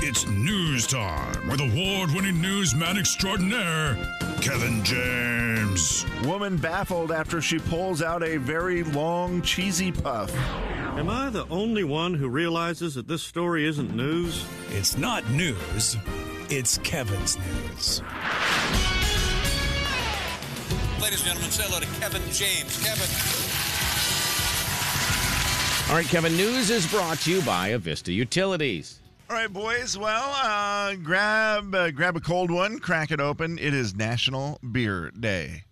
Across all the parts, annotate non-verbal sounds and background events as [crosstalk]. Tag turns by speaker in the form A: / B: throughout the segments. A: It's news time with award winning newsman extraordinaire, Kevin James.
B: Woman baffled after she pulls out a very long cheesy puff.
C: Am I the only one who realizes that this story isn't news?
D: It's not news, it's Kevin's news.
E: Ladies and gentlemen, say hello to Kevin James. Kevin.
F: All right, Kevin, news is brought to you by Avista Utilities.
B: All right, boys. Well, uh, grab uh, grab a cold one, crack it open. It is National Beer Day.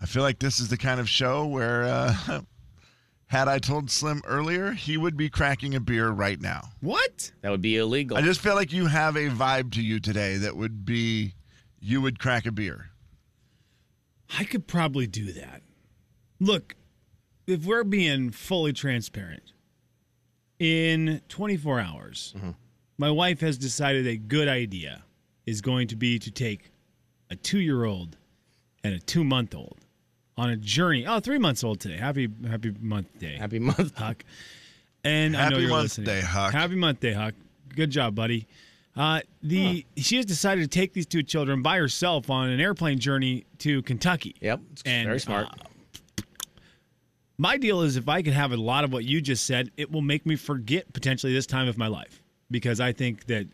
B: I feel like this is the kind of show where, uh, [laughs] had I told Slim earlier, he would be cracking a beer right now.
F: What? That would be illegal.
B: I just feel like you have a vibe to you today that would be you would crack a beer.
G: I could probably do that. Look, if we're being fully transparent, in 24 hours,
B: Mm-hmm.
G: my wife has decided a good idea is going to be to take a two year old and a two month old on a journey. Oh, three months old today. Happy Happy Month Day,
F: Happy month.
G: Huck. And I know
B: Happy
G: you're
B: Month
G: listening.
B: Day, Huck.
G: Happy Month Day, Huck. Good job, buddy. Uh, the she has decided to take these two children by herself on an airplane journey to Kentucky.
F: Yep, it's very smart.
G: uh, my deal is if I could have a lot of what you just said, it will make me forget potentially this time of my life because I think that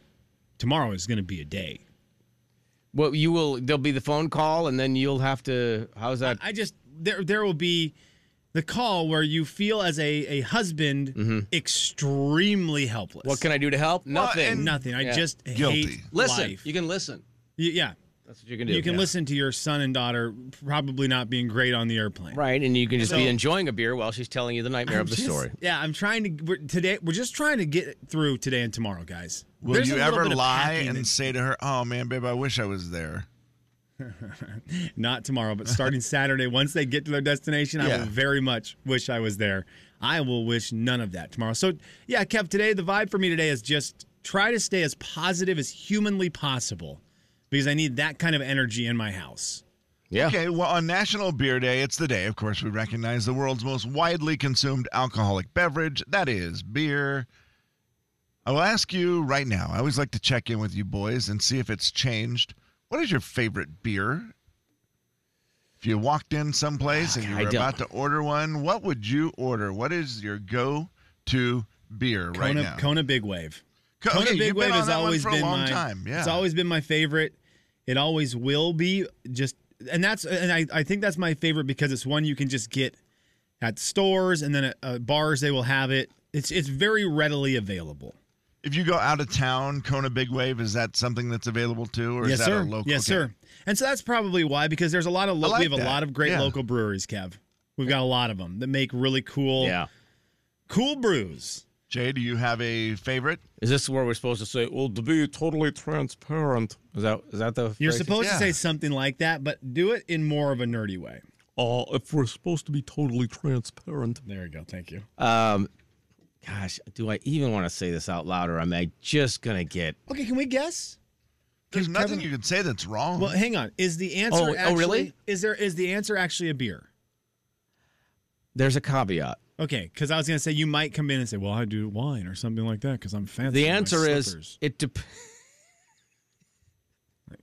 G: tomorrow is going to be a day.
F: Well, you will. There'll be the phone call, and then you'll have to. How's that?
G: I just there there will be the call where you feel as a a husband extremely helpless.
F: Mm-hmm. what can I do to help? Nothing.
B: and-
G: Nothing. I
F: Yeah.
G: just
B: Guilty.
G: hate
F: listen.
G: life.
F: You can listen.
G: Y- yeah.
F: That's what you can do.
G: You can
F: Yeah.
G: listen to your son and daughter probably not being great on the airplane.
F: Right, and you can just
G: So-
F: be enjoying a beer while she's telling you the nightmare
G: I'm
F: of the
G: just-
F: story.
G: Yeah, I'm trying to we're, today. We're just trying to get through today and tomorrow, guys.
B: Will
G: There's a
B: you
G: little
B: ever
G: bit of
B: lie
G: packing
B: and
G: that-
B: say to her, "Oh man, babe, I wish I was there"?
G: not
B: [laughs]
G: tomorrow, but starting Saturday, once they get to their destination, I
B: Yeah.
G: will very much wish I was there. I will wish none of that tomorrow. So, yeah, Kev, today, the vibe for me today is just try to stay as positive as humanly possible because I need that kind of energy in my house.
B: [laughs]
F: Yeah.
B: Okay, well, on National Beer Day, it's the day, of course, we recognize the world's most widely consumed alcoholic beverage. That is beer. I will ask you right now. I always like to check in with you boys and see if it's changed. What is your favorite beer? If you walked in someplace and you
F: Ah, I
B: were
F: don't-
B: about to order one, what would you order? What is your go-to beer right
G: Kona,
B: now?
G: Kona Big Wave.
B: Co-
G: Kona
B: okay,
G: Big
B: you've
G: Wave
B: been on
G: has
B: that one
G: always
B: for a
G: been
B: long
G: my,
B: time, yeah.
G: It's always been my favorite. It always will be. Just and that's and I, I think that's my favorite because it's one you can just get at stores and then at uh, bars they will have it. It's it's very readily available.
B: If you go out of town, Kona Big Wave is that something that's available too, or
G: yes,
B: is that
G: sir.
B: a local?
G: yes,
B: okay.
G: sir. And so that's probably why because there's a lot of lo-
B: I like
G: we have
B: that.
G: a lot of great
B: Yeah.
G: local breweries, Kev. We've got a lot of them that make really cool
F: Yeah.
G: cool brews.
B: Jay, do you have a favorite?
F: Is this where we're supposed to say, well, to be totally transparent? Is that is that the
G: You're
F: phrase?
G: supposed
B: yeah.
G: to say something like that, but do it in more of a nerdy way.
D: Uh, if we're supposed to be totally transparent,
G: There you go. Thank you.
F: Um, gosh, do I even want to say this out loud, or am I just gonna get?
G: Okay, can we guess?
B: There's
G: Can
B: nothing
G: Kevin-
B: you can say that's wrong.
G: Well, hang on. Is the answer
F: Oh,
G: actually
F: oh, really?
G: is there is the answer actually a beer?
F: There's a caveat.
G: Okay, because I was gonna say you might come in and say, "Well, I do wine or something like that," because I'm fancy.
F: The
G: in my
F: answer is
G: slippers."
F: it depends.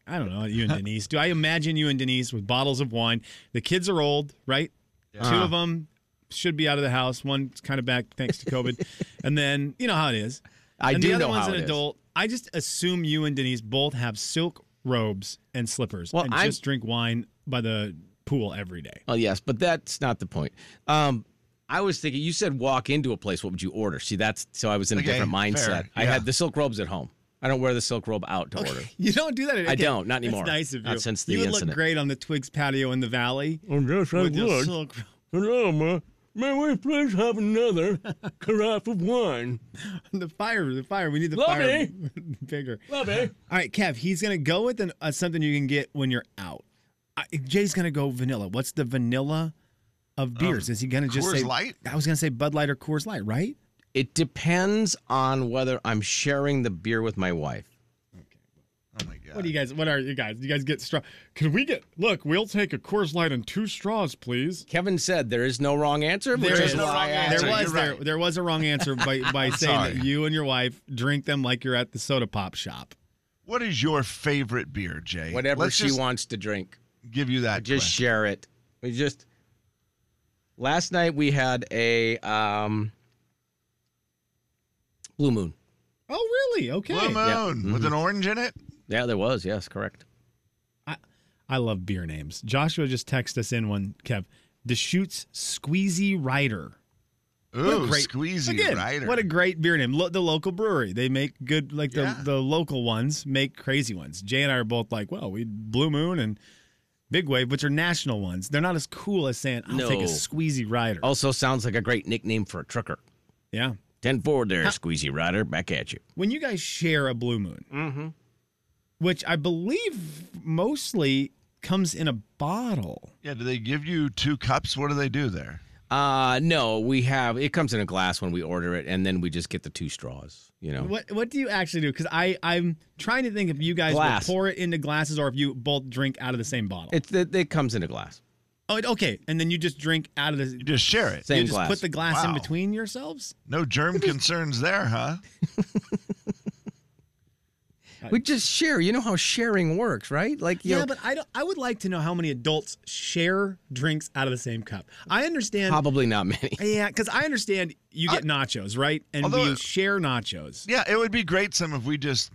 G: I don't know. You and Denise. do I imagine you and Denise with bottles of wine? The kids are old, right? Two of them should be out of the house. One's kind of back thanks to COVID,
F: [laughs]
G: and then you know how it is.
F: I
G: and
F: do
G: the other
F: know
G: one's
F: how
G: an
F: it is.
G: adult. I just assume you and Denise both have silk robes and slippers
F: Well,
G: and
F: I'm-
G: just drink wine by the pool every day.
F: Oh yes, but that's not the point. Um, I was thinking you said walk into a place. What would you order? See, that's so I was in a
B: Okay,
F: different
B: fair,
F: mindset. I
B: yeah.
F: had the silk robes at home. I don't wear the silk robe out to order.
G: [laughs] You don't do that. At,
F: I don't, not anymore.
G: That's nice of you.
F: Not since the
G: you would
F: incident.
G: look great on the Twigs patio in the valley.
D: oh yes, I
G: with your
D: would.
G: silk- [laughs]
D: Hello, ma. May we please have
G: [laughs]
D: another carafe of wine?
G: the fire, the fire. We need the
D: Lovely.
G: fire [laughs] bigger.
D: Lovey.
G: [laughs] All right, Kev. He's gonna go with an, uh, something you can get when you're out. I, Jay's gonna go vanilla. What's the vanilla of beers? Is he gonna just
B: Coors
G: say
B: Light?
G: I was gonna say Bud Light or Coors Light, right?
F: It depends on whether I'm sharing the beer with my wife.
B: oh my gosh.
G: What do you guys? What are you guys? You guys get straw? Can we get? Look, we'll take a Coors Light and two straws, please.
F: Kevin said there is no wrong answer.
G: There
F: which
G: is
F: is
G: no
F: why
B: wrong
F: I asked.
B: answer.
G: there was
B: you're
G: there,
B: right.
G: there was a wrong answer by [laughs] by saying that
B: sorry.
G: you and your wife drink them like you're at the soda pop shop.
B: What is your favorite beer, Jay?
F: Whatever
B: Let's
F: she
B: just
F: wants to drink,
B: Give you that.
F: just
B: question.
F: share it. We just last night we had a um, blue moon.
G: Oh, really? Okay.
B: Blue Moon
F: Mm-hmm.
B: with an orange in it.
F: Yeah, there was. Yes, correct.
G: I, I love beer names. Joshua just texted us in one, Kev. Deschutes Squeezy Rider. What a
B: Ooh, squeezy
G: again,
B: rider.
G: What a great beer name. Lo- the local brewery. They make good, like the,
B: Yeah.
G: the local ones make crazy ones. Jay and I are both like, well, we Blue Moon and Big Wave, which are national ones. They're not as cool as saying, I'll take a
F: No.
G: Squeezy Rider.
B: Oh.
F: Also sounds like a great nickname for a trucker.
G: Yeah.
F: Ten forward there, squeezy rider. Back at you.
G: When you guys share a Blue Moon,
B: Mm-hmm.
G: which I believe mostly comes in a bottle.
B: yeah. Do they give you two cups? What do they do there?
F: Uh no, we have it comes in a glass when we order it, and then we just get the two straws. You know,
G: What what do you actually do? Because I I'm trying to think if you guys will
F: Glass.
G: pour it into glasses or if you both drink out of the same bottle.
F: it's it, it comes in a glass,
G: oh, it- okay, and then you just drink out of the.
B: You just share it.
F: same
G: you just
F: glass.
G: put the glass in
B: Wow.
G: between yourselves.
B: No germ concerns there, huh?
F: we just share. You know how sharing works, right? Like you
G: Yeah,
F: know,
G: but I don't, I would like to know how many adults share drinks out of the same cup. I understand.
F: probably not
G: [laughs]
F: many.
G: Yeah, because I understand you get nachos, right? And
B: Although-
G: we share nachos.
B: Yeah, it would be great some if we just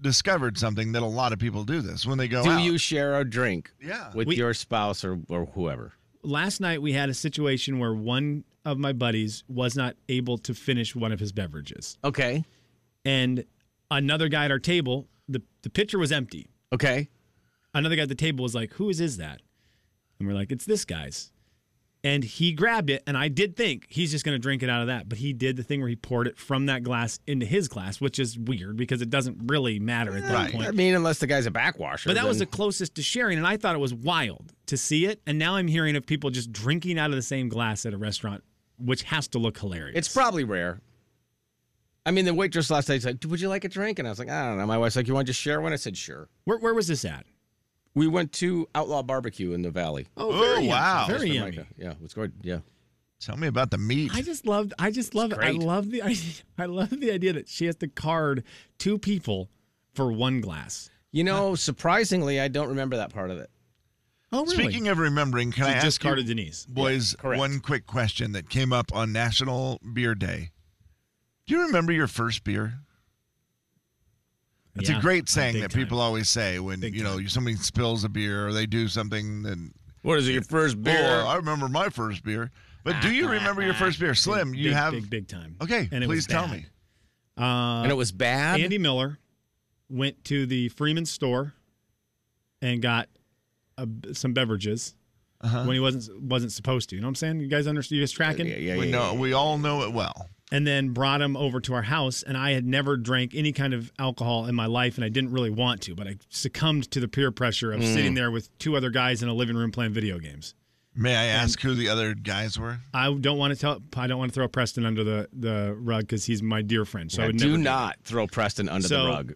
B: discovered something that a lot of people do this when they go
F: Do
B: out.
F: you share a drink?
B: Yeah.
F: with
G: We-
F: your spouse or or whoever.
G: Last night we had a situation where one of my buddies was not able to finish one of his beverages.
F: Okay,
G: and another guy at our table, the, the pitcher was empty.
F: okay.
G: Another guy at the table was like, Whose is that? And we're like, It's this guy's. And he grabbed it, and I did think he's just going to drink it out of that. But he did the thing where he poured it from that glass into his glass, which is weird because it doesn't really matter at that
B: Right.
G: point.
F: I mean, unless the guy's a backwasher.
G: But that was the
F: then-
G: closest to sharing, and I thought it was wild to see it. And now I'm hearing of people just drinking out of the same glass at a restaurant, which has to look hilarious.
F: It's probably rare. I mean, the waitress last night's like, "Would you like a drink?" And I was like, "I don't know." My wife's like, "You want to just share one?" I said, "Sure."
G: where, where was this at?
F: We went to Outlaw Barbecue in the Valley.
B: Oh, wow.
G: Very
F: Yeah,
G: yummy.
F: Yeah, it was good. Yeah.
B: Tell me about the meat.
G: I just loved. I just love. it. I
F: great.
G: love the. [laughs] idea- I love the idea that she has to card two people for one glass.
F: You know, surprisingly, I don't remember that part of it.
G: Oh,
B: Speaking of remembering, can I
G: she
B: ask
G: just
B: you-
G: carded Denise.
B: boys,
F: correct.
B: one quick question that came up on National Beer Day. Do you remember your first beer? That's
G: Yeah,
B: a great saying
G: big
B: that
G: time.
B: people always say when you know somebody spills a beer or they do something. And
F: What is it, your first
B: oh, I remember my first beer.
G: Ah,
B: But do you remember your first beer, Slim?
G: Big,
B: you have
G: big, big time.
B: okay.
G: And it
B: please
G: was
B: tell
G: bad. Uh,
B: me.
F: and it was bad.
G: Andy Miller went to the Freeman store and got a, some beverages when he wasn't wasn't supposed to. You know what I'm saying? You guys understand? You guys tracking?
F: Uh-huh. yeah, yeah, yeah,
B: We
F: yeah.
B: know we all know it well.
G: and then brought him over to our house and i had never drank any kind of alcohol in my life and i didn't really want to but i succumbed to the peer pressure
F: Mm.
G: of sitting there with two other guys in a living room playing video games
B: May I ask who the other guys were?
G: i don't want to tell i don't want to throw preston under the, the rug because he's my dear friend so i
F: Yeah,
G: would
F: do
G: never
F: not throw Preston under
G: So-
F: the rug.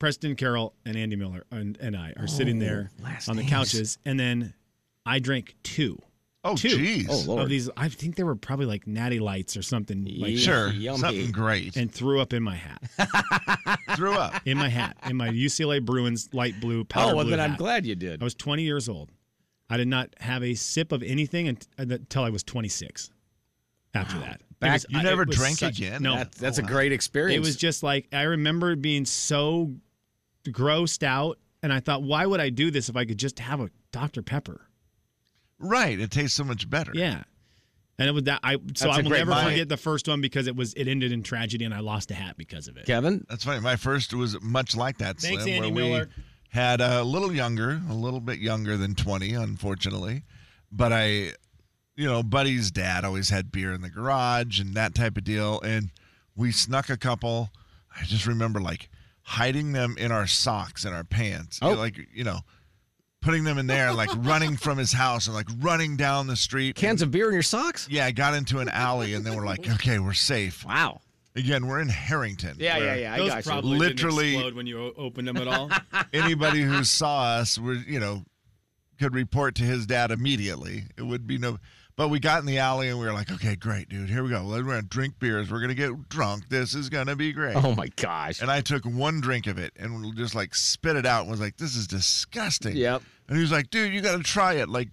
G: preston carroll and andy miller and, and i are sitting there
F: last
G: on the
F: names.
G: couches and then i drank two
B: Oh,
G: Two.
B: jeez.
F: Oh, Lord.
G: of these i think they were probably like natty lights or something like that,
B: Sure,
F: Yummy.
B: something great.
G: and threw up in my hat
B: threw
G: [laughs]
B: up.
G: in my hat in my ucla bruins light blue powder
F: Oh, well,
G: blue
F: then I'm
G: hat.
F: glad you did.
G: I was 20 years old. I did not have a sip of anything unt- until I was 26. After that, It
F: Back-
G: was-
B: You
G: I- it
B: never
G: was
B: drank
G: such-
B: again?
G: No,
F: That- that's a great
G: it
F: experience.
G: was just like I remember being so grossed out, and I thought, why would I do this if I could just have a Dr Pepper?
B: Right, it tastes so much better.
G: Yeah, and it was that I.
F: That's
G: So I
F: a
G: will
F: great
G: never
F: mind.
G: forget the first one because it was it ended in tragedy, and I lost a hat because of it.
F: Kevin,
B: That's funny. My first was much like that.
G: Thanks,
B: Slim,
G: Andy
B: where
G: Miller.
B: We had a little younger, a little bit younger than 20, unfortunately. But I, you know, Buddy's dad always had beer in the garage and that type of deal. And we snuck a couple. I just remember like hiding them in our socks and our pants.
F: Oh.
B: Like, you know, putting them in there,
G: [laughs]
B: like running from his house and like running down the street.
F: cans of beer in your socks?
B: yeah, I got into an alley and then we're like, okay, we're safe.
F: Wow.
B: Again, we're in Harrington.
F: Yeah, yeah,
B: where
F: yeah. I
G: Those
F: got you.
G: probably
B: Literally-
G: didn't explode when you o- opened them at all.
B: [laughs] Anybody who saw us, were you know, could report to his dad immediately. It would be no. But we got in the alley and we were like, okay, great, dude. Here we go. We're gonna drink beers. We're gonna get drunk. This is gonna be great.
F: Oh my gosh.
B: And I took one drink of it and just like spit it out and was like, this is disgusting.
F: Yep.
B: And he was like, dude, you got to try it. Like,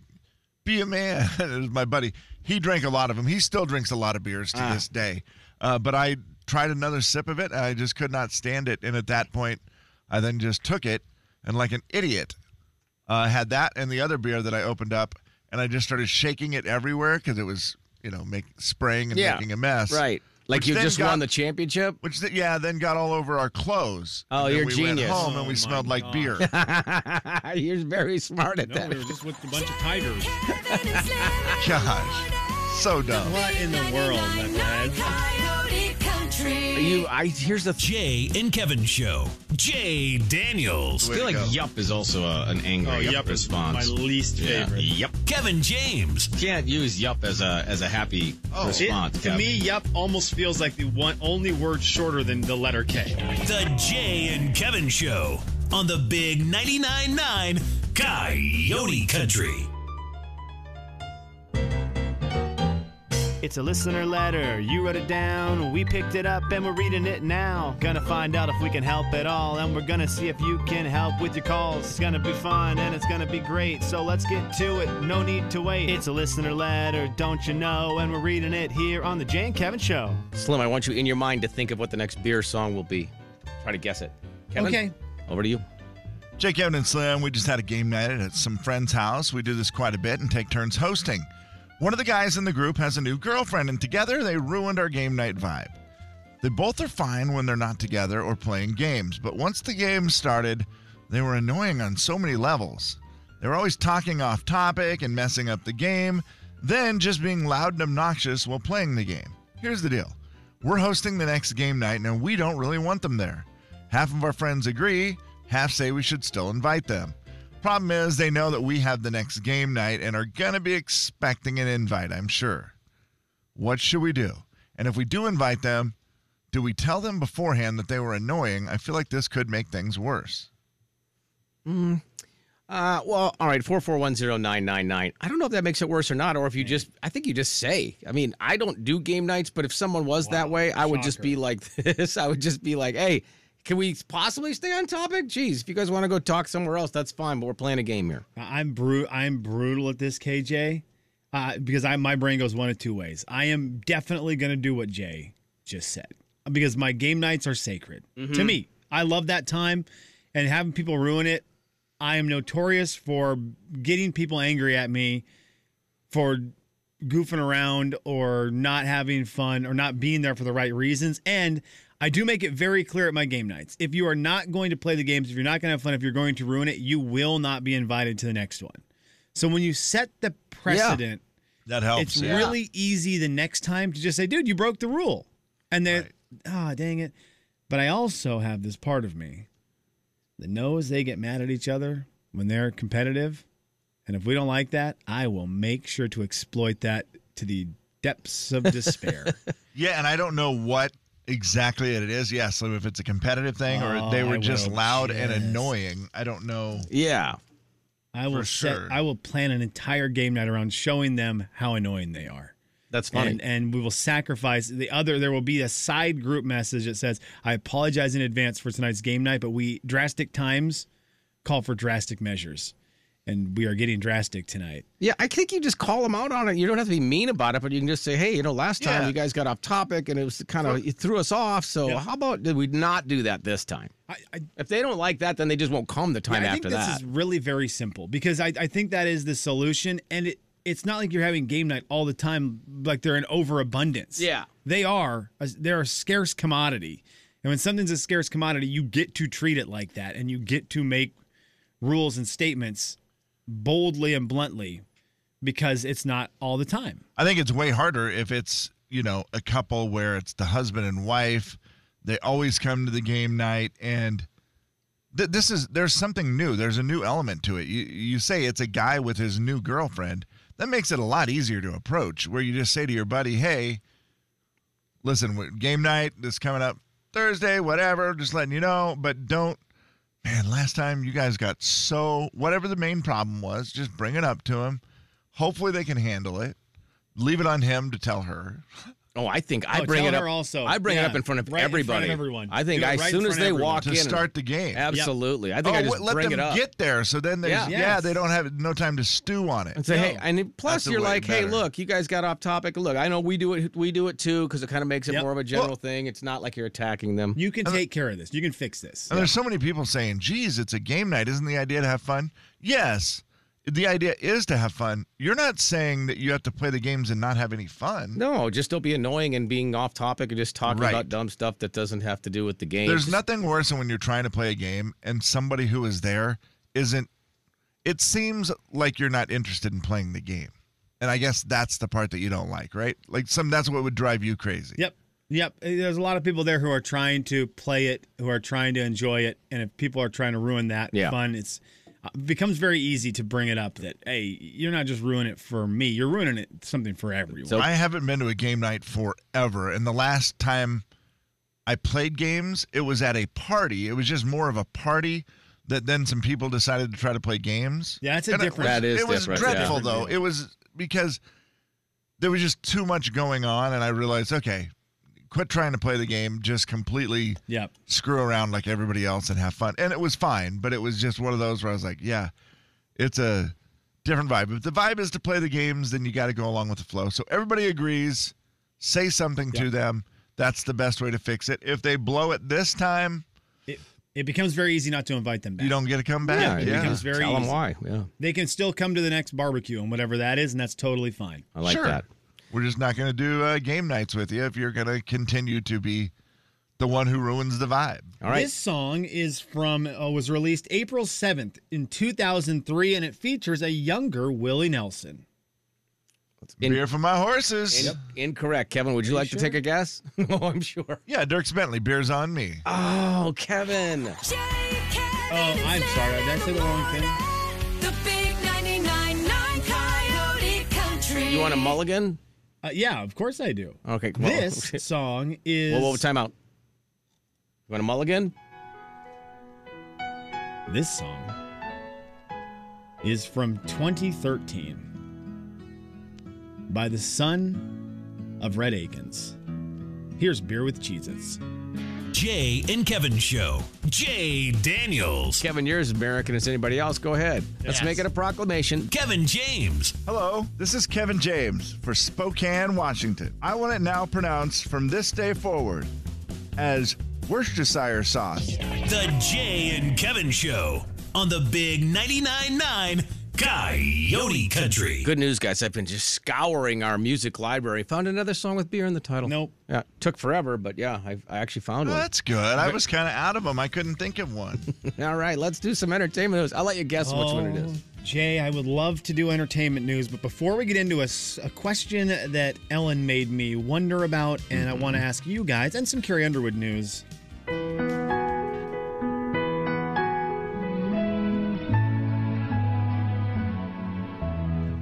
B: be a man. [laughs] it was my buddy. He drank a lot of them. He still drinks a lot of beers to
F: Ah.
B: this day. Uh, but I tried another sip of it. And I just could not stand it. And at that point, I then just took it and, like an idiot, uh, had that and the other beer that I opened up. And I just started shaking it everywhere because it was, you know, make, spraying and
F: Yeah.
B: making a mess.
F: Right. Like
B: Which
F: you
B: then
F: just
B: got-
F: won the [laughs] championship.
B: which th- yeah, then got all over our clothes.
F: Oh,
B: And then
F: you're
B: we
F: genius.
B: Went home and
G: Oh,
B: we
G: my
B: smelled like
G: God.
B: beer.
F: You're very smart at
G: no,
F: that.
G: we were just with a bunch of tigers.
B: Gosh, [laughs] so dumb.
G: What in the world, knuckleheads?
F: You, I here's the. Th-
H: Jay and Kevin Show. Jay Daniels.
B: Way to go.
F: yup is also a, an angry
I: Oh, yup is my least favorite.
F: Yup.
H: Kevin James.
F: Can't use yup as a as a happy
I: It- to me, yep, almost feels like the one only word shorter than the letter K.
H: The Jay and Kevin Show on the Big 99.9 9 Coyote Country.
J: It's a listener letter. You wrote it down. We picked it up and we're reading it now. Gonna find out if we can help at all. And we're gonna see if you can help with your calls. It's gonna be fun and it's gonna be great. So let's get to it. No need to wait. It's a listener letter, don't you know? And we're reading it here on The Jane Kevin Show.
F: Slim, I want you in your mind to think of what the next beer song will be. Try to guess it. Kevin,
G: Okay.
F: Over to you.
B: Jake, Evan, and Slim, we just had a game night at some friend's house. We do this quite a bit and take turns hosting. One of the guys in the group has a new girlfriend, and together they ruined our game night vibe. They both are fine when they're not together or playing games, but once the game started, they were annoying on so many levels. They were always talking off topic and messing up the game, then just being loud and obnoxious while playing the game. Here's the deal we're hosting the next game night, and we don't really want them there. Half of our friends agree, half say we should still invite them. Problem is, they know that we have the next game night and are going to be expecting an invite, I'm sure. What should we do? And if we do invite them, do we tell them beforehand that they were annoying? I feel like this could make things worse.
F: Uh, well, all right, four four one zero nine nine nine. I don't know if that makes it worse or not, or if you just. I think you just say. I mean, I don't do game nights, but if someone was that way, I would just be like [laughs] this. I would just be like, hey. Can we possibly stay on topic? Geez, if you guys want to go talk somewhere else, that's fine. But we're playing a game here.
G: I- I'm bru- I'm brutal at this, KJ, uh, because I my brain goes one of two ways. I am definitely gonna do what Jay just said because my game nights are sacred to me. I love that time, and having people ruin it. I am notorious for getting people angry at me for goofing around or not having fun or not being there for the right reasons. And I do make it very clear at my game nights. If you are not going to play the games, if you're not going to have fun, if you're going to ruin it, you will not be invited to the next one. So when you set the precedent,
B: That helps.
G: it's really easy the next time to just say, dude, you broke the rule. And then, ah, dang it. But I also have this part of me that knows they get mad at each other when they're competitive. And if we don't like that, I will make sure to exploit that to the
B: [laughs]
G: depths of despair.
B: Yeah, and I don't know what exactly it is. Yeah, Slim, if it's a competitive thing or
G: Oh,
B: they were
G: I
B: just
G: will
B: loud and
G: just-
B: annoying. I don't know.
F: Yeah.
G: I will
B: For sure.
G: set, I will plan an entire game night around showing them how annoying they are.
F: That's funny.
G: and, and we will sacrifice the other. There will be a side group message that says, "I apologize in advance for tonight's game night, but we drastic times call for drastic measures, and we are getting drastic tonight."
F: Yeah, I think you just call them out on it. You don't have to be mean about it, but you can just say, "Hey, you know, last time
B: Yeah.
F: you guys got off topic and it was kind of it threw us off. So how about did we not do that this time?
G: I, I,
F: If they don't like that, then they just won't come the time
G: I think
F: after
G: this
F: that.
G: is really very simple because I, I think that is the solution, and it, it's not like you're having game night all the time, like they're in overabundance.
F: Yeah.
G: they are. a- They're a scarce commodity, and when something's a scarce commodity, you get to treat it like that, and you get to make rules and statements boldly and bluntly because it's not all the time.
B: I think it's way harder if it's, you know, a couple where it's the husband and wife. They always come to the game night and th- this is there's something new. There's a new element to it. You you say it's a guy with his new girlfriend. That makes it a lot easier to approach where you just say to your buddy, "Hey, listen, we- game night is coming up Thursday, whatever, just letting you know, but don't. Man, last time you guys got so whatever the main problem was, just bring it up to him. Hopefully they can handle it. Leave it on him to tell her.
F: Oh, I think I
G: Oh,
F: bring
G: tell
F: it up.
G: her also.
F: I bring it
G: Yeah.
F: up in front of
G: Right in front of
F: everybody.
G: everyone.
F: I think
G: Do it
F: as
G: right in
F: soon as
G: front of
F: they
G: everyone.
F: walk
B: To
F: in,
B: start the game.
F: absolutely. I think
B: oh,
F: I just
B: wait, let
F: bring
B: them
F: it up.
B: get there, so then there's yeah,
F: Yeah.
B: they don't have no time to stew on it.
F: and say, hey, and it-
B: That's
F: plus
B: the
F: you're
B: way
F: like, hey,
B: better.
F: look, you guys got off topic. Look, I know we do it, we do it too, because it kind of makes it
G: Yep.
F: more of a general
B: Well-
F: thing. It's not like you're attacking them.
G: You can take care of this. You can fix this.
B: And there's so many people saying, geez, it's a game night. Isn't the idea to have fun? Yes. The idea is to have fun. You're not saying that you have to play the games and not have any fun.
F: no, just don't be annoying and being off topic and just talking
B: Right.
F: about dumb stuff that doesn't have to do with the game.
B: There's
F: Just-
B: nothing worse than when you're trying to play a game and somebody who is there isn't. It seems like you're not interested in playing the game. And I guess that's the part that you don't like, right? Like some that's what would drive you crazy.
G: Yep. Yep. Eh, There's a lot of people there who are trying to play it, who are trying to enjoy it, and if people are trying to ruin that
F: Yeah.
G: fun, it's it becomes very easy to bring it up that hey, you're not just ruining it for me, you're ruining it something for everyone.
F: So-
B: I haven't been to a game night forever. And the last time I played games, it was at a party. It was just more of a party that then some people decided to try to play games.
G: Yeah, that's a
B: And it
G: different-
B: was-
F: That is
B: It was
F: different, yeah.
B: dreadful, though. It was because there was just too much going on. And I realized, okay, quit trying to play the game, just completely
G: Yep.
B: screw around like everybody else and have fun. And it was fine, but it was just one of those where I was like, yeah, it's a different vibe. If the vibe is to play the games, then you got to go along with the flow. So everybody agrees, say something to them. That's the best way to fix it. If they blow it this time,
G: It, it becomes very easy not to invite them back.
B: you don't get to come back.
F: you
B: Yeah.
F: can
G: It's very
F: tell them
G: easy.
F: why. Yeah,
G: They can still come to the next barbecue and whatever that is, and that's totally fine.
F: I like
B: Sure.
F: that.
B: We're just not going to do uh, game nights with you if you're going to continue to be the one who ruins the vibe.
F: All right.
G: This song is from uh, was released April 7th in 2003 and it features a younger Willie Nelson.
F: In-
B: Beer for my horses.
F: in- incorrect, Kevin. Would you like to take a guess? [laughs] oh, I'm sure.
B: Yeah, Dirks Bentley, beer's on me.
F: Oh, Kevin.
G: Oh, I'm sorry. Did I say the wrong thing?
K: The big 99.9 Coyote Country.
F: You want a mulligan?
G: Uh, yeah, of course I do.
F: Okay. Well,
G: This
F: [laughs]
G: song is
F: Whoa, whoa, time out. You want a mulligan?
G: this song is from 2013 by the son of Red Akins. Here's Beer with Cheez-Its.
H: Jay and Kevin Show. Jay Daniels.
F: Kevin, you're as American as anybody else. Go ahead. Let's
H: Yes.
F: make it a proclamation.
H: Kevin James.
B: Hello, this is Kevin James for Spokane, Washington. I want it now pronounced from this day forward as Worcestershire sauce.
H: The Jay and Kevin Show on the Big 99.9 9 Coyote Country.
F: Good news, guys. I've been just scouring our music library. Found another song with beer in the title.
G: Nope.
F: Yeah, took forever, but yeah, I, I actually found
B: Well,
F: one.
B: that's good. I was kind of out of them. I couldn't think of [laughs] one.
F: [laughs] All right, let's do some entertainment news. I'll let you guess which one it is.
G: Oh, Jay, I would love to do entertainment news, but before we get into a, s- a question that Ellen made me wonder about, and I
F: Mm-hmm.
G: want to ask you guys, and some Carrie Underwood news.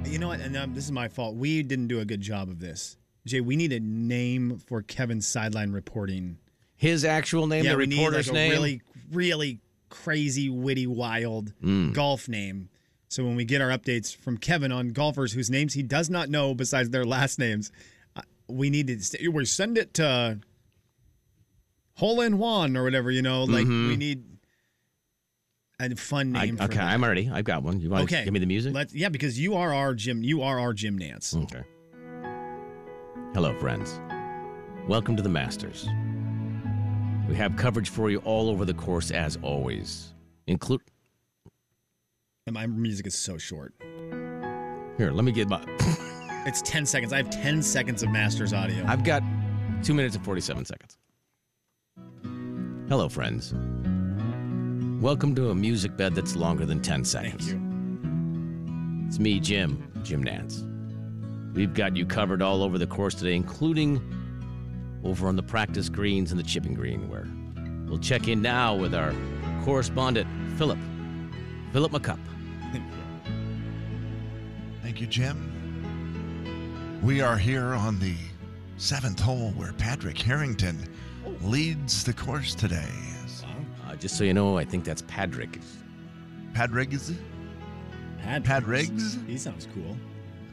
G: You know what? And um, this is my fault. We didn't do a good job of this. Jay, we need a name for Kevin's sideline reporting.
F: His actual name, the
G: we need, like,
F: reporter's
G: a
F: name.
G: Really, really crazy, witty, wild
F: Mm.
G: golf name. So when we get our updates from Kevin on golfers whose names he does not know besides their last names, uh, we need to st- we send it to hole in Juan or whatever. You know, like we need a fun
F: Mm-hmm. I-
G: name. for
F: okay,
G: that.
F: I'm already. I've got one. You want to
G: okay.
F: give me the music? Mm.
G: Let's, yeah, because you are our Jim. You are our Jim Nance.
F: Okay. Hello, friends. Welcome to the Masters. We have coverage for you all over the course as always. Include
G: And my music is so short.
F: here. Let me get my.
G: It's ten seconds. I have ten seconds of Masters audio.
F: I've got two minutes and forty-seven seconds. Hello, friends. Welcome to a music bed that's longer than ten seconds.
G: Thank you.
F: It's me, Jim, Jim Nance. We've got you covered all over the course today, including over on the practice greens and the chipping green, where we'll check in now with our correspondent, Philip. Philip McCup.
B: Thank you, Jim. We are here on the seventh hole, where Patrick Harrington leads the course today.
F: Uh, just so you know, I think that's Patrick.
B: Padrigs?
G: Pad-
B: Padrigs?
G: He sounds cool.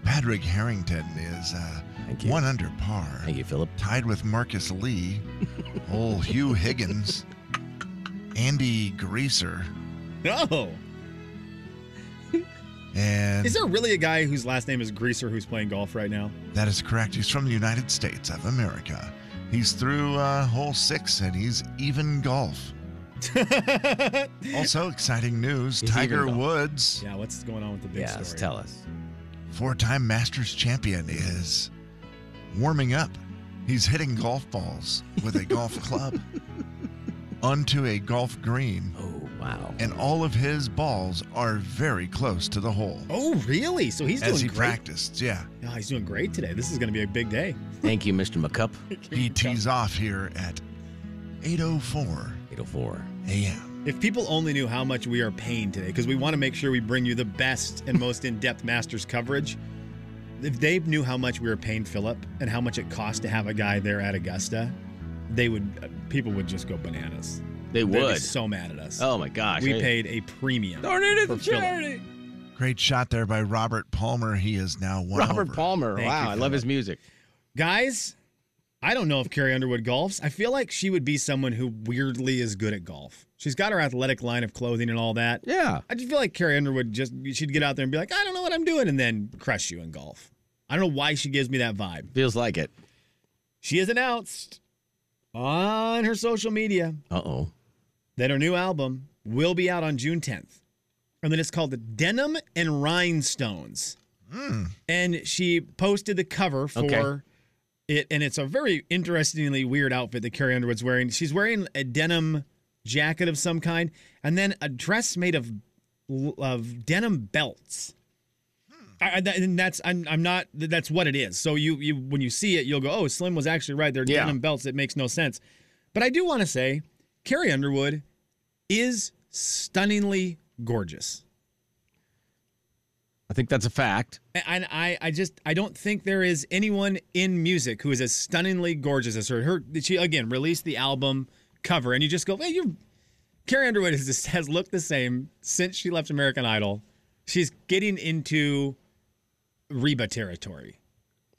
B: Patrick Harrington is uh,
F: Thank you.
B: one under par.
F: Thank you, Philip.
B: tied with Marcus Lee, old Hugh Higgins, Andy Greaser,
G: No.
B: and
G: Is there really a guy whose last name is Greaser who's playing golf right now?
B: that is correct. He's from the United States of America. He's through uh, hole six and he's even golf. Also, exciting news
F: He's
B: Tiger
F: even golf.
B: Woods,
G: [laughs] yeah, what's going on with the big
F: Yes,
G: story?
F: tell us.
B: four time Masters champion, is warming up. He's hitting golf balls with a golf club onto a golf green,
F: Oh wow.
B: and all of his balls are very close to the hole.
G: Oh, really? So he's
B: as
G: doing
B: he
G: great.
B: practiced. Yeah,
G: Oh, he's doing great today. This is going to be a big day.
F: Thank you, Mr. McCup.
B: he tees off here at 8:04
F: 804.
B: a.m.
G: If people only knew how much we are paying today, because we want to make sure we bring you the best and most in depth Masters coverage. If they knew how much we were paying Philip and how much it cost to have a guy there at Augusta, they would, uh, people would just go bananas.
F: They
G: They'd be
F: would.
G: so mad at us.
F: oh my gosh.
G: we
F: Hey.
G: paid a premium. for Philip.
B: Great shot there by Robert Palmer. He is now one
F: Robert
B: over.
F: Palmer.
G: Thank
F: wow,
G: you,
F: I
G: Philip.
F: love his music.
G: Guys, I don't know if Carrie Underwood golfs. I feel like she would be someone who weirdly is good at golf. She's got her athletic line of clothing and all that.
F: Yeah.
G: I just feel like Carrie Underwood just she'd get out there and be like, I don't know what I'm doing, and then crush you in golf. I don't know why she gives me that vibe.
F: Feels like it.
G: She has announced on her social media
F: Uh oh.
G: that her new album will be out on June 10th. And then it's called Denim and Rhinestones. And she posted the cover for
F: Okay.
G: it. And it's a very interestingly weird outfit that Carrie Underwood's wearing. She's wearing a denim jacket of some kind and then a dress made of, of denim belts. I, I- that- and that's I'm, I'm not that's what it is. So you you when you see it, you'll go, oh, Slim was actually right. They're
F: Yeah.
G: denim belts. It makes no sense. But I do want to say, Carrie Underwood is stunningly gorgeous,
F: I think that's a fact.
G: A- and I I just I don't think there is anyone in music who is as stunningly gorgeous as her. Her she again released the album cover, and you just go, hey, you. Carrie Underwood is just, has looked the same since she left American Idol. She's getting into Reba territory.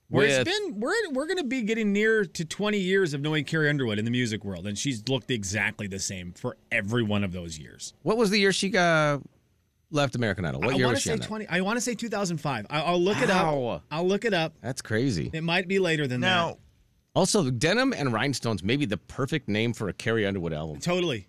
G: Where
F: With-
G: it's been, we're we're gonna be getting near to 20 years of knowing Carrie Underwood in the music world, and she's looked exactly the same for every one of those years.
F: What was the year she uh, left American Idol? What
G: I
F: year
G: wanna
F: was she
G: say
F: on that?
G: 20. I want to say 2005. I, I'll look it up.
F: Wow.
G: I'll look it up.
F: That's crazy.
G: It might be later than
B: Now,
F: Also, denim and rhinestones may be the perfect name for a Carrie Underwood album.
G: that. Totally.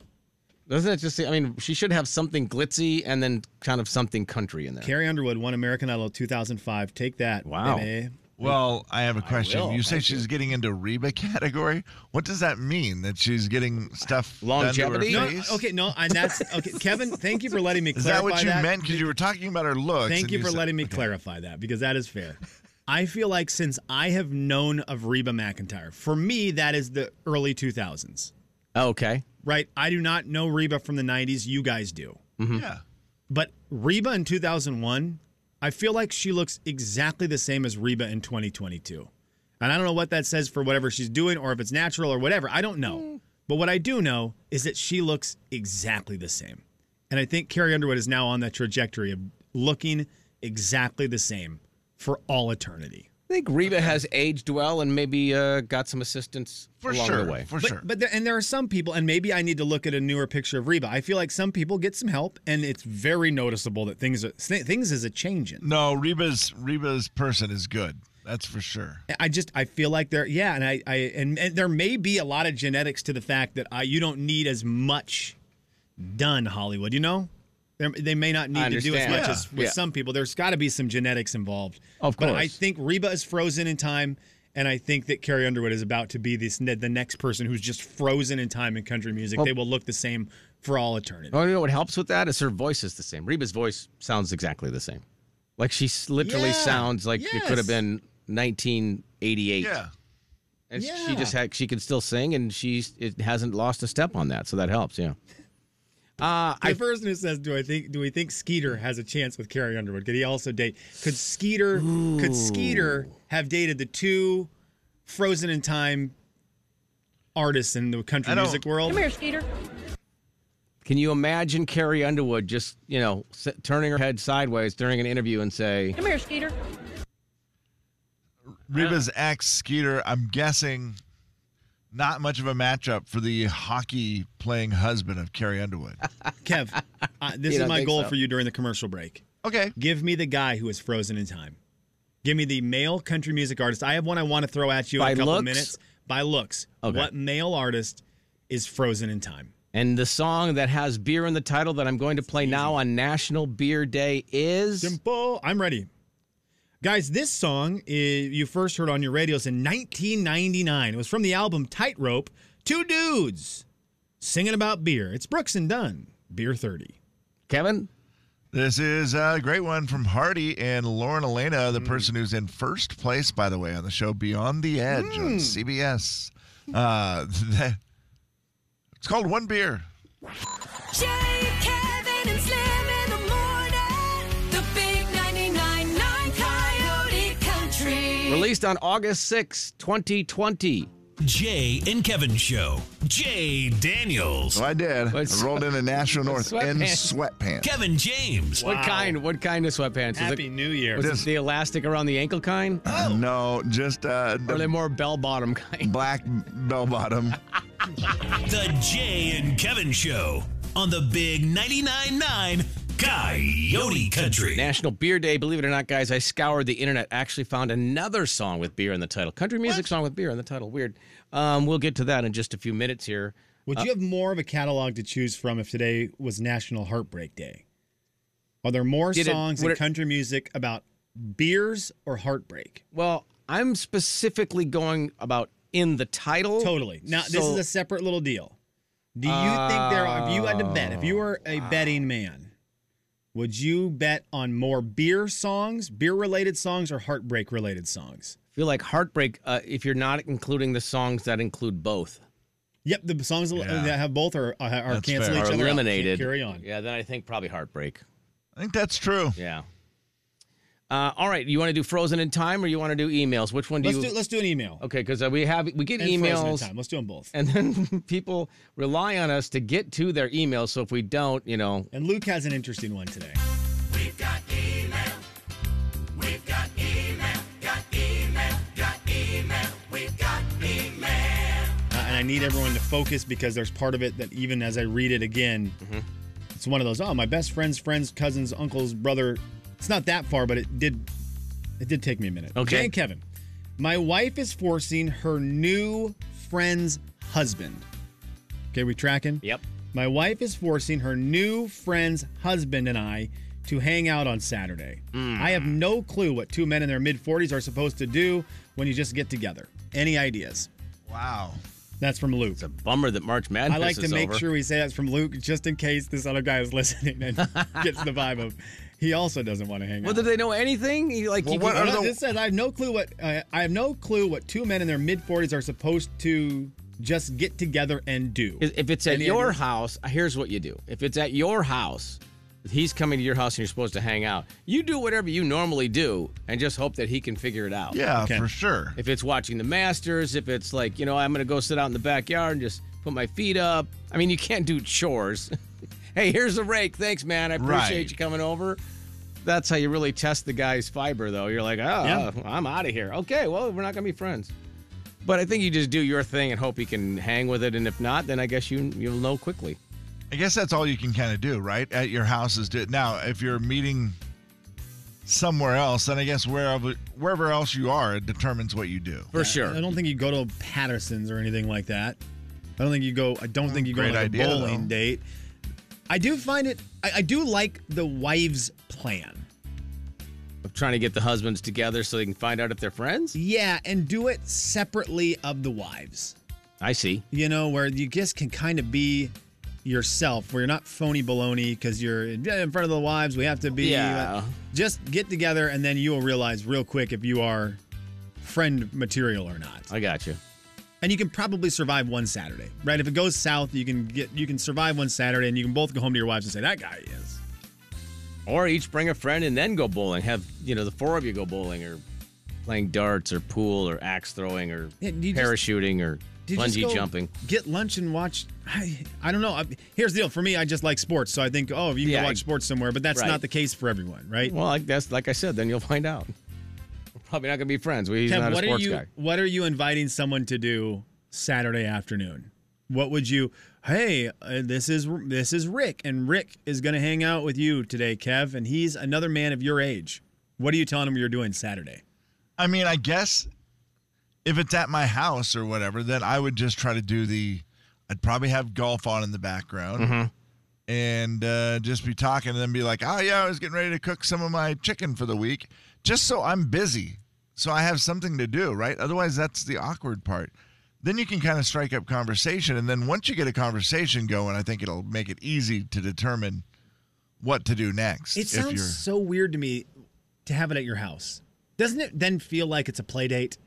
F: Doesn't it just? Say, I mean, she should have something glitzy and then kind of something country in there.
G: Carrie Underwood won American Idol 2005. Take that.
F: Wow.
G: baby.
B: well, I have a question.
F: will,
B: you say
F: thank
B: she's getting into Reba category. What does that mean? That she's getting stuff
F: Longevity?
B: Done
G: No,
B: to her face?
G: okay, no, and that's okay.
F: [laughs]
G: Kevin, thank you for letting me
B: Is
G: clarify
B: that what you meant? Because you were talking about her looks.
G: Thank
B: and
G: you for
B: said-
G: letting me
B: Okay.
G: clarify that because that is fair. I feel like since I have known of Reba McIntyre, for me, that is the early 2000s,
F: Oh, okay.
G: right? I do not know Reba from the 90s. You guys do.
B: Yeah.
G: But Reba in 2001, I feel like she looks exactly the same as Reba in 2022. And I don't know what that says for whatever she's doing or if it's natural or whatever. I don't know. But what I do know is that she looks exactly the same. And I think Carrie Underwood is now on that trajectory of looking exactly the same for all eternity.
F: I think Reba has aged well and maybe uh, got some assistance
B: For
F: along
B: sure.
F: the way.
B: For
G: But,
B: sure.
G: but there, and there are some people, and maybe I need to look at a newer picture of Reba. I feel like some people get some help, and it's very noticeable that things are, things is a changing.
B: no, Reba's Reba's person is good. That's for sure.
G: I just I feel like there yeah and I I and, and there may be a lot of genetics to the fact that I you don't need as much done Hollywood you know There- they may not
F: I
G: need to do as
F: understand.
G: much
F: Yeah.
G: as with
F: Yeah.
G: some people there's got to be some genetics involved
F: Of
G: but I
F: course.
G: think Reba is frozen in time and I think that Carrie Underwood is about to be this the next person who's just frozen in time in country music they will look the same for all eternity
F: Oh, you know what helps with that is her voice is the same. Reba's voice sounds exactly the same. Like she s- literally
G: Yeah,
F: sounds like it could
G: yes.
F: have been 1988.
B: Yeah.
F: and sh-
G: yeah.
F: she just had she can still sing and she it hasn't lost a step on that, so that helps.
G: [laughs]
F: Yeah. Uh,
G: the
F: I
G: person who says, "Do I think? Do we think Skeeter has a chance with Carrie Underwood? Could he also date? Could Skeeter? Could Skeeter have dated the two frozen in time artists in the country
F: I don't-
G: music world.
L: Come here, Skeeter.
F: Can you imagine Carrie Underwood just, you know, s- turning her head sideways during an interview and say,
L: Come here, Skeeter.
B: Reba's ex Skeeter, I'm guessing not much of a matchup for the hockey playing husband of Carrie Underwood.
G: Kev,
F: [laughs]
G: uh,
B: You
G: this is
B: don't
G: my
B: think
G: goal
B: so?
G: for you during the commercial break.
B: [laughs] Okay.
G: Give me the guy who is frozen in time. Give me the male country music artist. I have one I want to throw at you
F: By
G: in a couple
F: looks?
G: minutes. By looks.
F: Okay.
G: What male artist is frozen in time?
F: and the song that has beer in the title that I'm going to play now on National Beer Day is.
G: Jimbo, I'm ready. Guys, this song i- you first heard on your radios in 1999. It was from the album Tightrope. Two dudes singing about beer. It's Brooks and Dunn, Beer 30.
F: Kevin?
B: This is a great one from Hardy and Lauren Elena, the person who's in first place, by the way, on the show Beyond the Edge on CBS. Uh, [laughs] that- it's called One Beer.
K: Jay, Kevin, and Slim in the morning. The big 99.9 Coyote Country.
F: Released on August 6, 2020.
H: Jay and Kevin Show. Jay Daniels.
B: So Oh, I did. I rolled into National North in sweatpants.
H: Kevin James.
F: What kind? What kind of sweatpants?
H: Happy
G: New Year.
F: Was it the elastic around the ankle kind?
B: No, just uh,
F: Or are they more bell bottom kind? [laughs]
B: Black bell bottom.
H: The Jay and Kevin Show on the Big 99.9 9 Coyote Country.
F: National Beer Day. Believe it or not, guys, I scoured the internet. Actually, found another song with beer in the title. Country music song with beer in the title. Weird. Um, we'll get to that in just a few minutes here.
G: Would
F: Uh,
G: you have more of a catalog to choose from if today was National Heartbreak Day? Are there more
F: Did it-
G: songs
F: would
G: in
F: it-
G: country music about beers or heartbreak?
F: Well, I'm specifically going about in the title.
G: Totally. Now, this is a separate little deal. Do you think there are, if you had to bet, if you were a betting man, would you bet on more beer songs, beer related songs, or heartbreak related songs?
F: I feel like heartbreak uh, if you're not including the songs that include both.
G: Yep, the songs that- that have both are, are, are cancel each
F: Are
G: other. out. Can't
F: eliminated.
G: Carry on.
F: Yeah, then I think probably heartbreak.
B: I think that's true.
F: Yeah. Uh, all right, you want to do frozen in time or you want to do emails? Which one do
G: Let's
F: you?
G: do, let's do an email.
F: okay, because uh, we have we get
G: And frozen in
F: emails.
G: time. Let's do them both.
F: and then [laughs] people rely on us to get to their emails. So if we don't, you know,
G: And Luke has an interesting one today.
K: We've got email. We've got email. Got email. Got email. We've got email.
G: Uh, and I need everyone to focus because there's part of it that even as I read it again,
K: Mm-hmm.
G: it's one of those. Oh, my best friend's friend's cousin's uncle's brother. It's not that far, but it did. It did take me a minute.
F: Okay.
G: Jay and Kevin, my wife is forcing her new friend's husband. Okay, we tracking?
F: Yep.
G: My wife is forcing her new friend's husband and I to hang out on Saturday. I have
F: Mm.
G: no clue what two men in their mid 40s are supposed to do when you just get together. Any ideas?
B: Wow.
G: That's from Luke.
F: bummer that March Madness
G: I like to
F: is
G: make
F: over.
G: sure we say that's from Luke, just in case this other guy is [laughs]
F: [laughs]
G: listening and gets the vibe of he also doesn't want to hang
F: Well,
G: out.
F: do they know anything? You, Like, you can-
G: Well, this says I have no clue what uh, I have no clue what two men in their mid forties are supposed to just get together and do.
F: if it's at
G: Any
F: your
G: ideas?
F: house, here's what you do. If it's at your house, he's coming to your house and you're supposed to hang out. You do whatever you normally do and just hope that he can figure it out.
B: Yeah, for sure.
F: If it's watching the Masters, if it's like, you know, I'm going to go sit out in the backyard and just put my feet up. I mean, you can't do chores. [laughs] hey, here's a rake. Thanks, man. I appreciate
B: Right.
F: you coming over. That's how you really test the guy's fiber, though. You're like, oh,
G: Yeah.
F: I'm out of here. Okay, well, we're not going to be friends. But I think you just do your thing and hope he can hang with it. And if not, then I guess you, you'll know quickly.
B: I guess that's all you can kind of do, right? At your house is do now. If you're meeting somewhere else, then I guess wherever wherever else you are, it determines what you do.
F: For sure.
G: I don't think you go to Patterson's or anything like that. I don't think you go. I don't think you go
B: Oh, great
G: on a
B: idea,
G: bowling
B: though.
G: date. I do find it. I, I do like the wives' plan.
F: Of trying to get the husbands together so they can find out if they're friends.
G: Yeah, and do it separately of the wives.
F: I see.
G: you know, where you just can kind of be yourself, where you're not phony baloney because you're in in front of the wives. We have to be.
F: Yeah.
G: Just get together, and then you will realize real quick if you are friend material or not.
F: I got you.
G: And you can probably survive one Saturday, right? If it goes south, you can get you can survive one Saturday, and you can both go home to your wives and say that guy is.
F: Or each bring a friend and then go bowling. Have, you know, the four of you go bowling or playing darts or pool or axe throwing or
G: Yeah, you just-
F: parachuting or
G: Did you just
F: bungee
G: go
F: jumping.
G: Get lunch and watch. I, I don't know. I, here's the deal. For me, I just like sports, so I think, oh, you can
F: Yeah,
G: go
F: I-
G: watch sports somewhere. But that's
F: right.
G: not the case for everyone, right?
F: Well, like that's like I said, then you'll find out. We're probably not gonna be friends. We- He's
G: Kev,
F: not a
G: what are
F: sports
G: you?
F: guy.
G: What are you inviting someone to do Saturday afternoon? What would you? Hey, uh, this is this is Rick, and Rick is going to hang out with you today, Kev, and he's another man of your age. What are you telling him you're doing Saturday?
B: I mean, I guess if it's at my house or whatever, then I would just try to do the. I'd probably have golf on in the background and uh, just be talking and then be like, oh, yeah, I was getting ready to cook some of my chicken for the week just so I'm busy. So I have something to do, right? Otherwise, that's the awkward part. Then you can kind of strike up conversation. And then once you get a conversation going, I think it'll make it easy to determine what to do next.
G: It sounds so weird to me to have it at your house. Doesn't it then feel like it's a play date?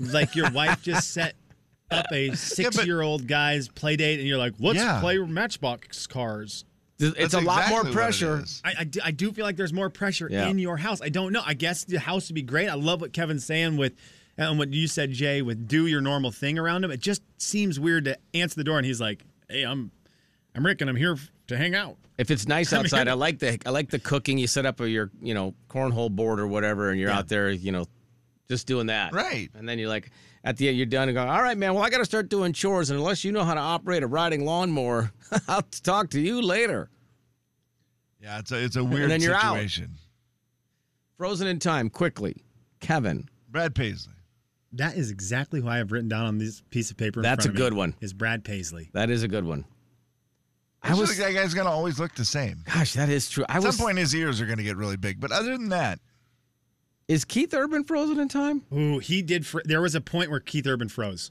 G: Like your wife just set up a six-year-old guy's play date, and you're like, "Let's
B: Yeah.
G: play Matchbox cars."
F: It's
B: That's
F: a lot
B: exactly
F: more
B: what it
F: pressure.
B: is.
G: I, I, do, I do feel like there's more pressure
F: Yeah.
G: in your house. I don't know. I guess the house would be great. I love what Kevin's saying with, and what you said, Jay, with do your normal thing around him. It just seems weird to answer the door and he's like, "Hey, I'm, I'm Rick, and I'm here f- to hang out."
F: If it's nice outside, I like the I like the cooking. You set up your you know cornhole board or whatever, and you're out there you know just doing that.
B: Right.
F: And then you're like at the end you're done and go, all right, man. Well, I got to start doing chores, and unless you know how to operate a riding lawnmower, [laughs] I'll talk to you later.
B: Yeah, it's a, it's a weird
F: then you're out.
B: situation.
F: Frozen in time quickly, Kevin.
B: Brad Paisley.
G: That is exactly who I have written down on this piece of paper. in
F: That's
G: front
F: a
G: of me,
F: good one.
G: Is Brad Paisley?
F: That is a good one. I
B: I
F: was
B: was that guy's gonna always look the same.
F: gosh, that is true. I
B: At
F: was
B: some point, his ears are gonna get really big. But other than that,
F: is Keith Urban frozen in time?
G: Ooh, he did. Fr- there was a point where Keith Urban froze.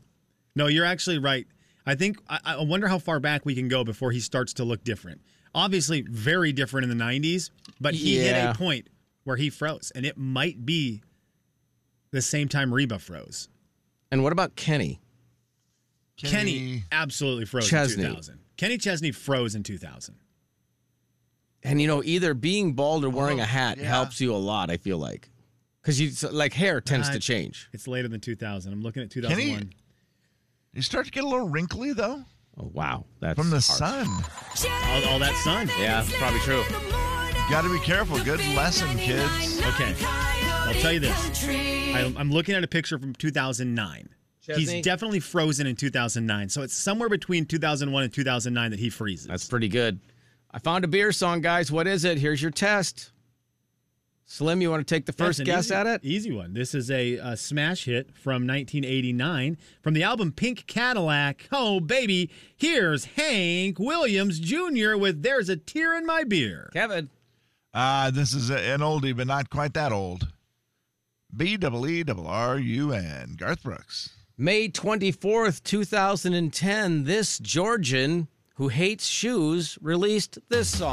G: No, you're actually right. I think I, I wonder how far back we can go before he starts to look different. Obviously, very different in the '90s, but he
F: Yeah.
G: hit a point where he froze, and it might be the same time Reba froze.
F: And what about Kenny?
G: Kenny, absolutely froze
F: Chesney.
G: in 2000. Kenny Chesney froze in 2000.
F: And you know, either being bald or wearing
G: Oh,
F: a hat
B: yeah.
F: helps you a lot. I feel like because you so, like hair tends
G: Uh,
F: to change.
G: It's later than 2000. I'm looking at 2001.
B: you start to get a little wrinkly though
F: Oh wow, that's
B: from the
F: harsh.
B: sun.
G: All, all that sun.
F: Yeah, probably true.
B: Got to be careful. Good lesson, kids.
G: Okay. I'll tell you this. I, I'm looking at a picture from 2009.
F: Chesney?
G: He's definitely frozen in 2009. So it's somewhere between 2001 and 2009 that he freezes.
F: That's pretty good. I found a beer song, guys. What is it? Here's your test. Slim, you want to take the
G: That's
F: first
G: an
F: guess
G: easy- e-
F: at it?
G: Easy one. This is a, uh smash hit from 1989 from the album Pink Cadillac. Oh, baby. Here's Hank Williams Jr. with There's a Tear in My Beer.
F: Kevin.
B: Ah, this is a, an oldie, but not quite that old. B double E double R U N. Garth Brooks.
F: May 24th, 2010, this Georgian who hates shoes released this song.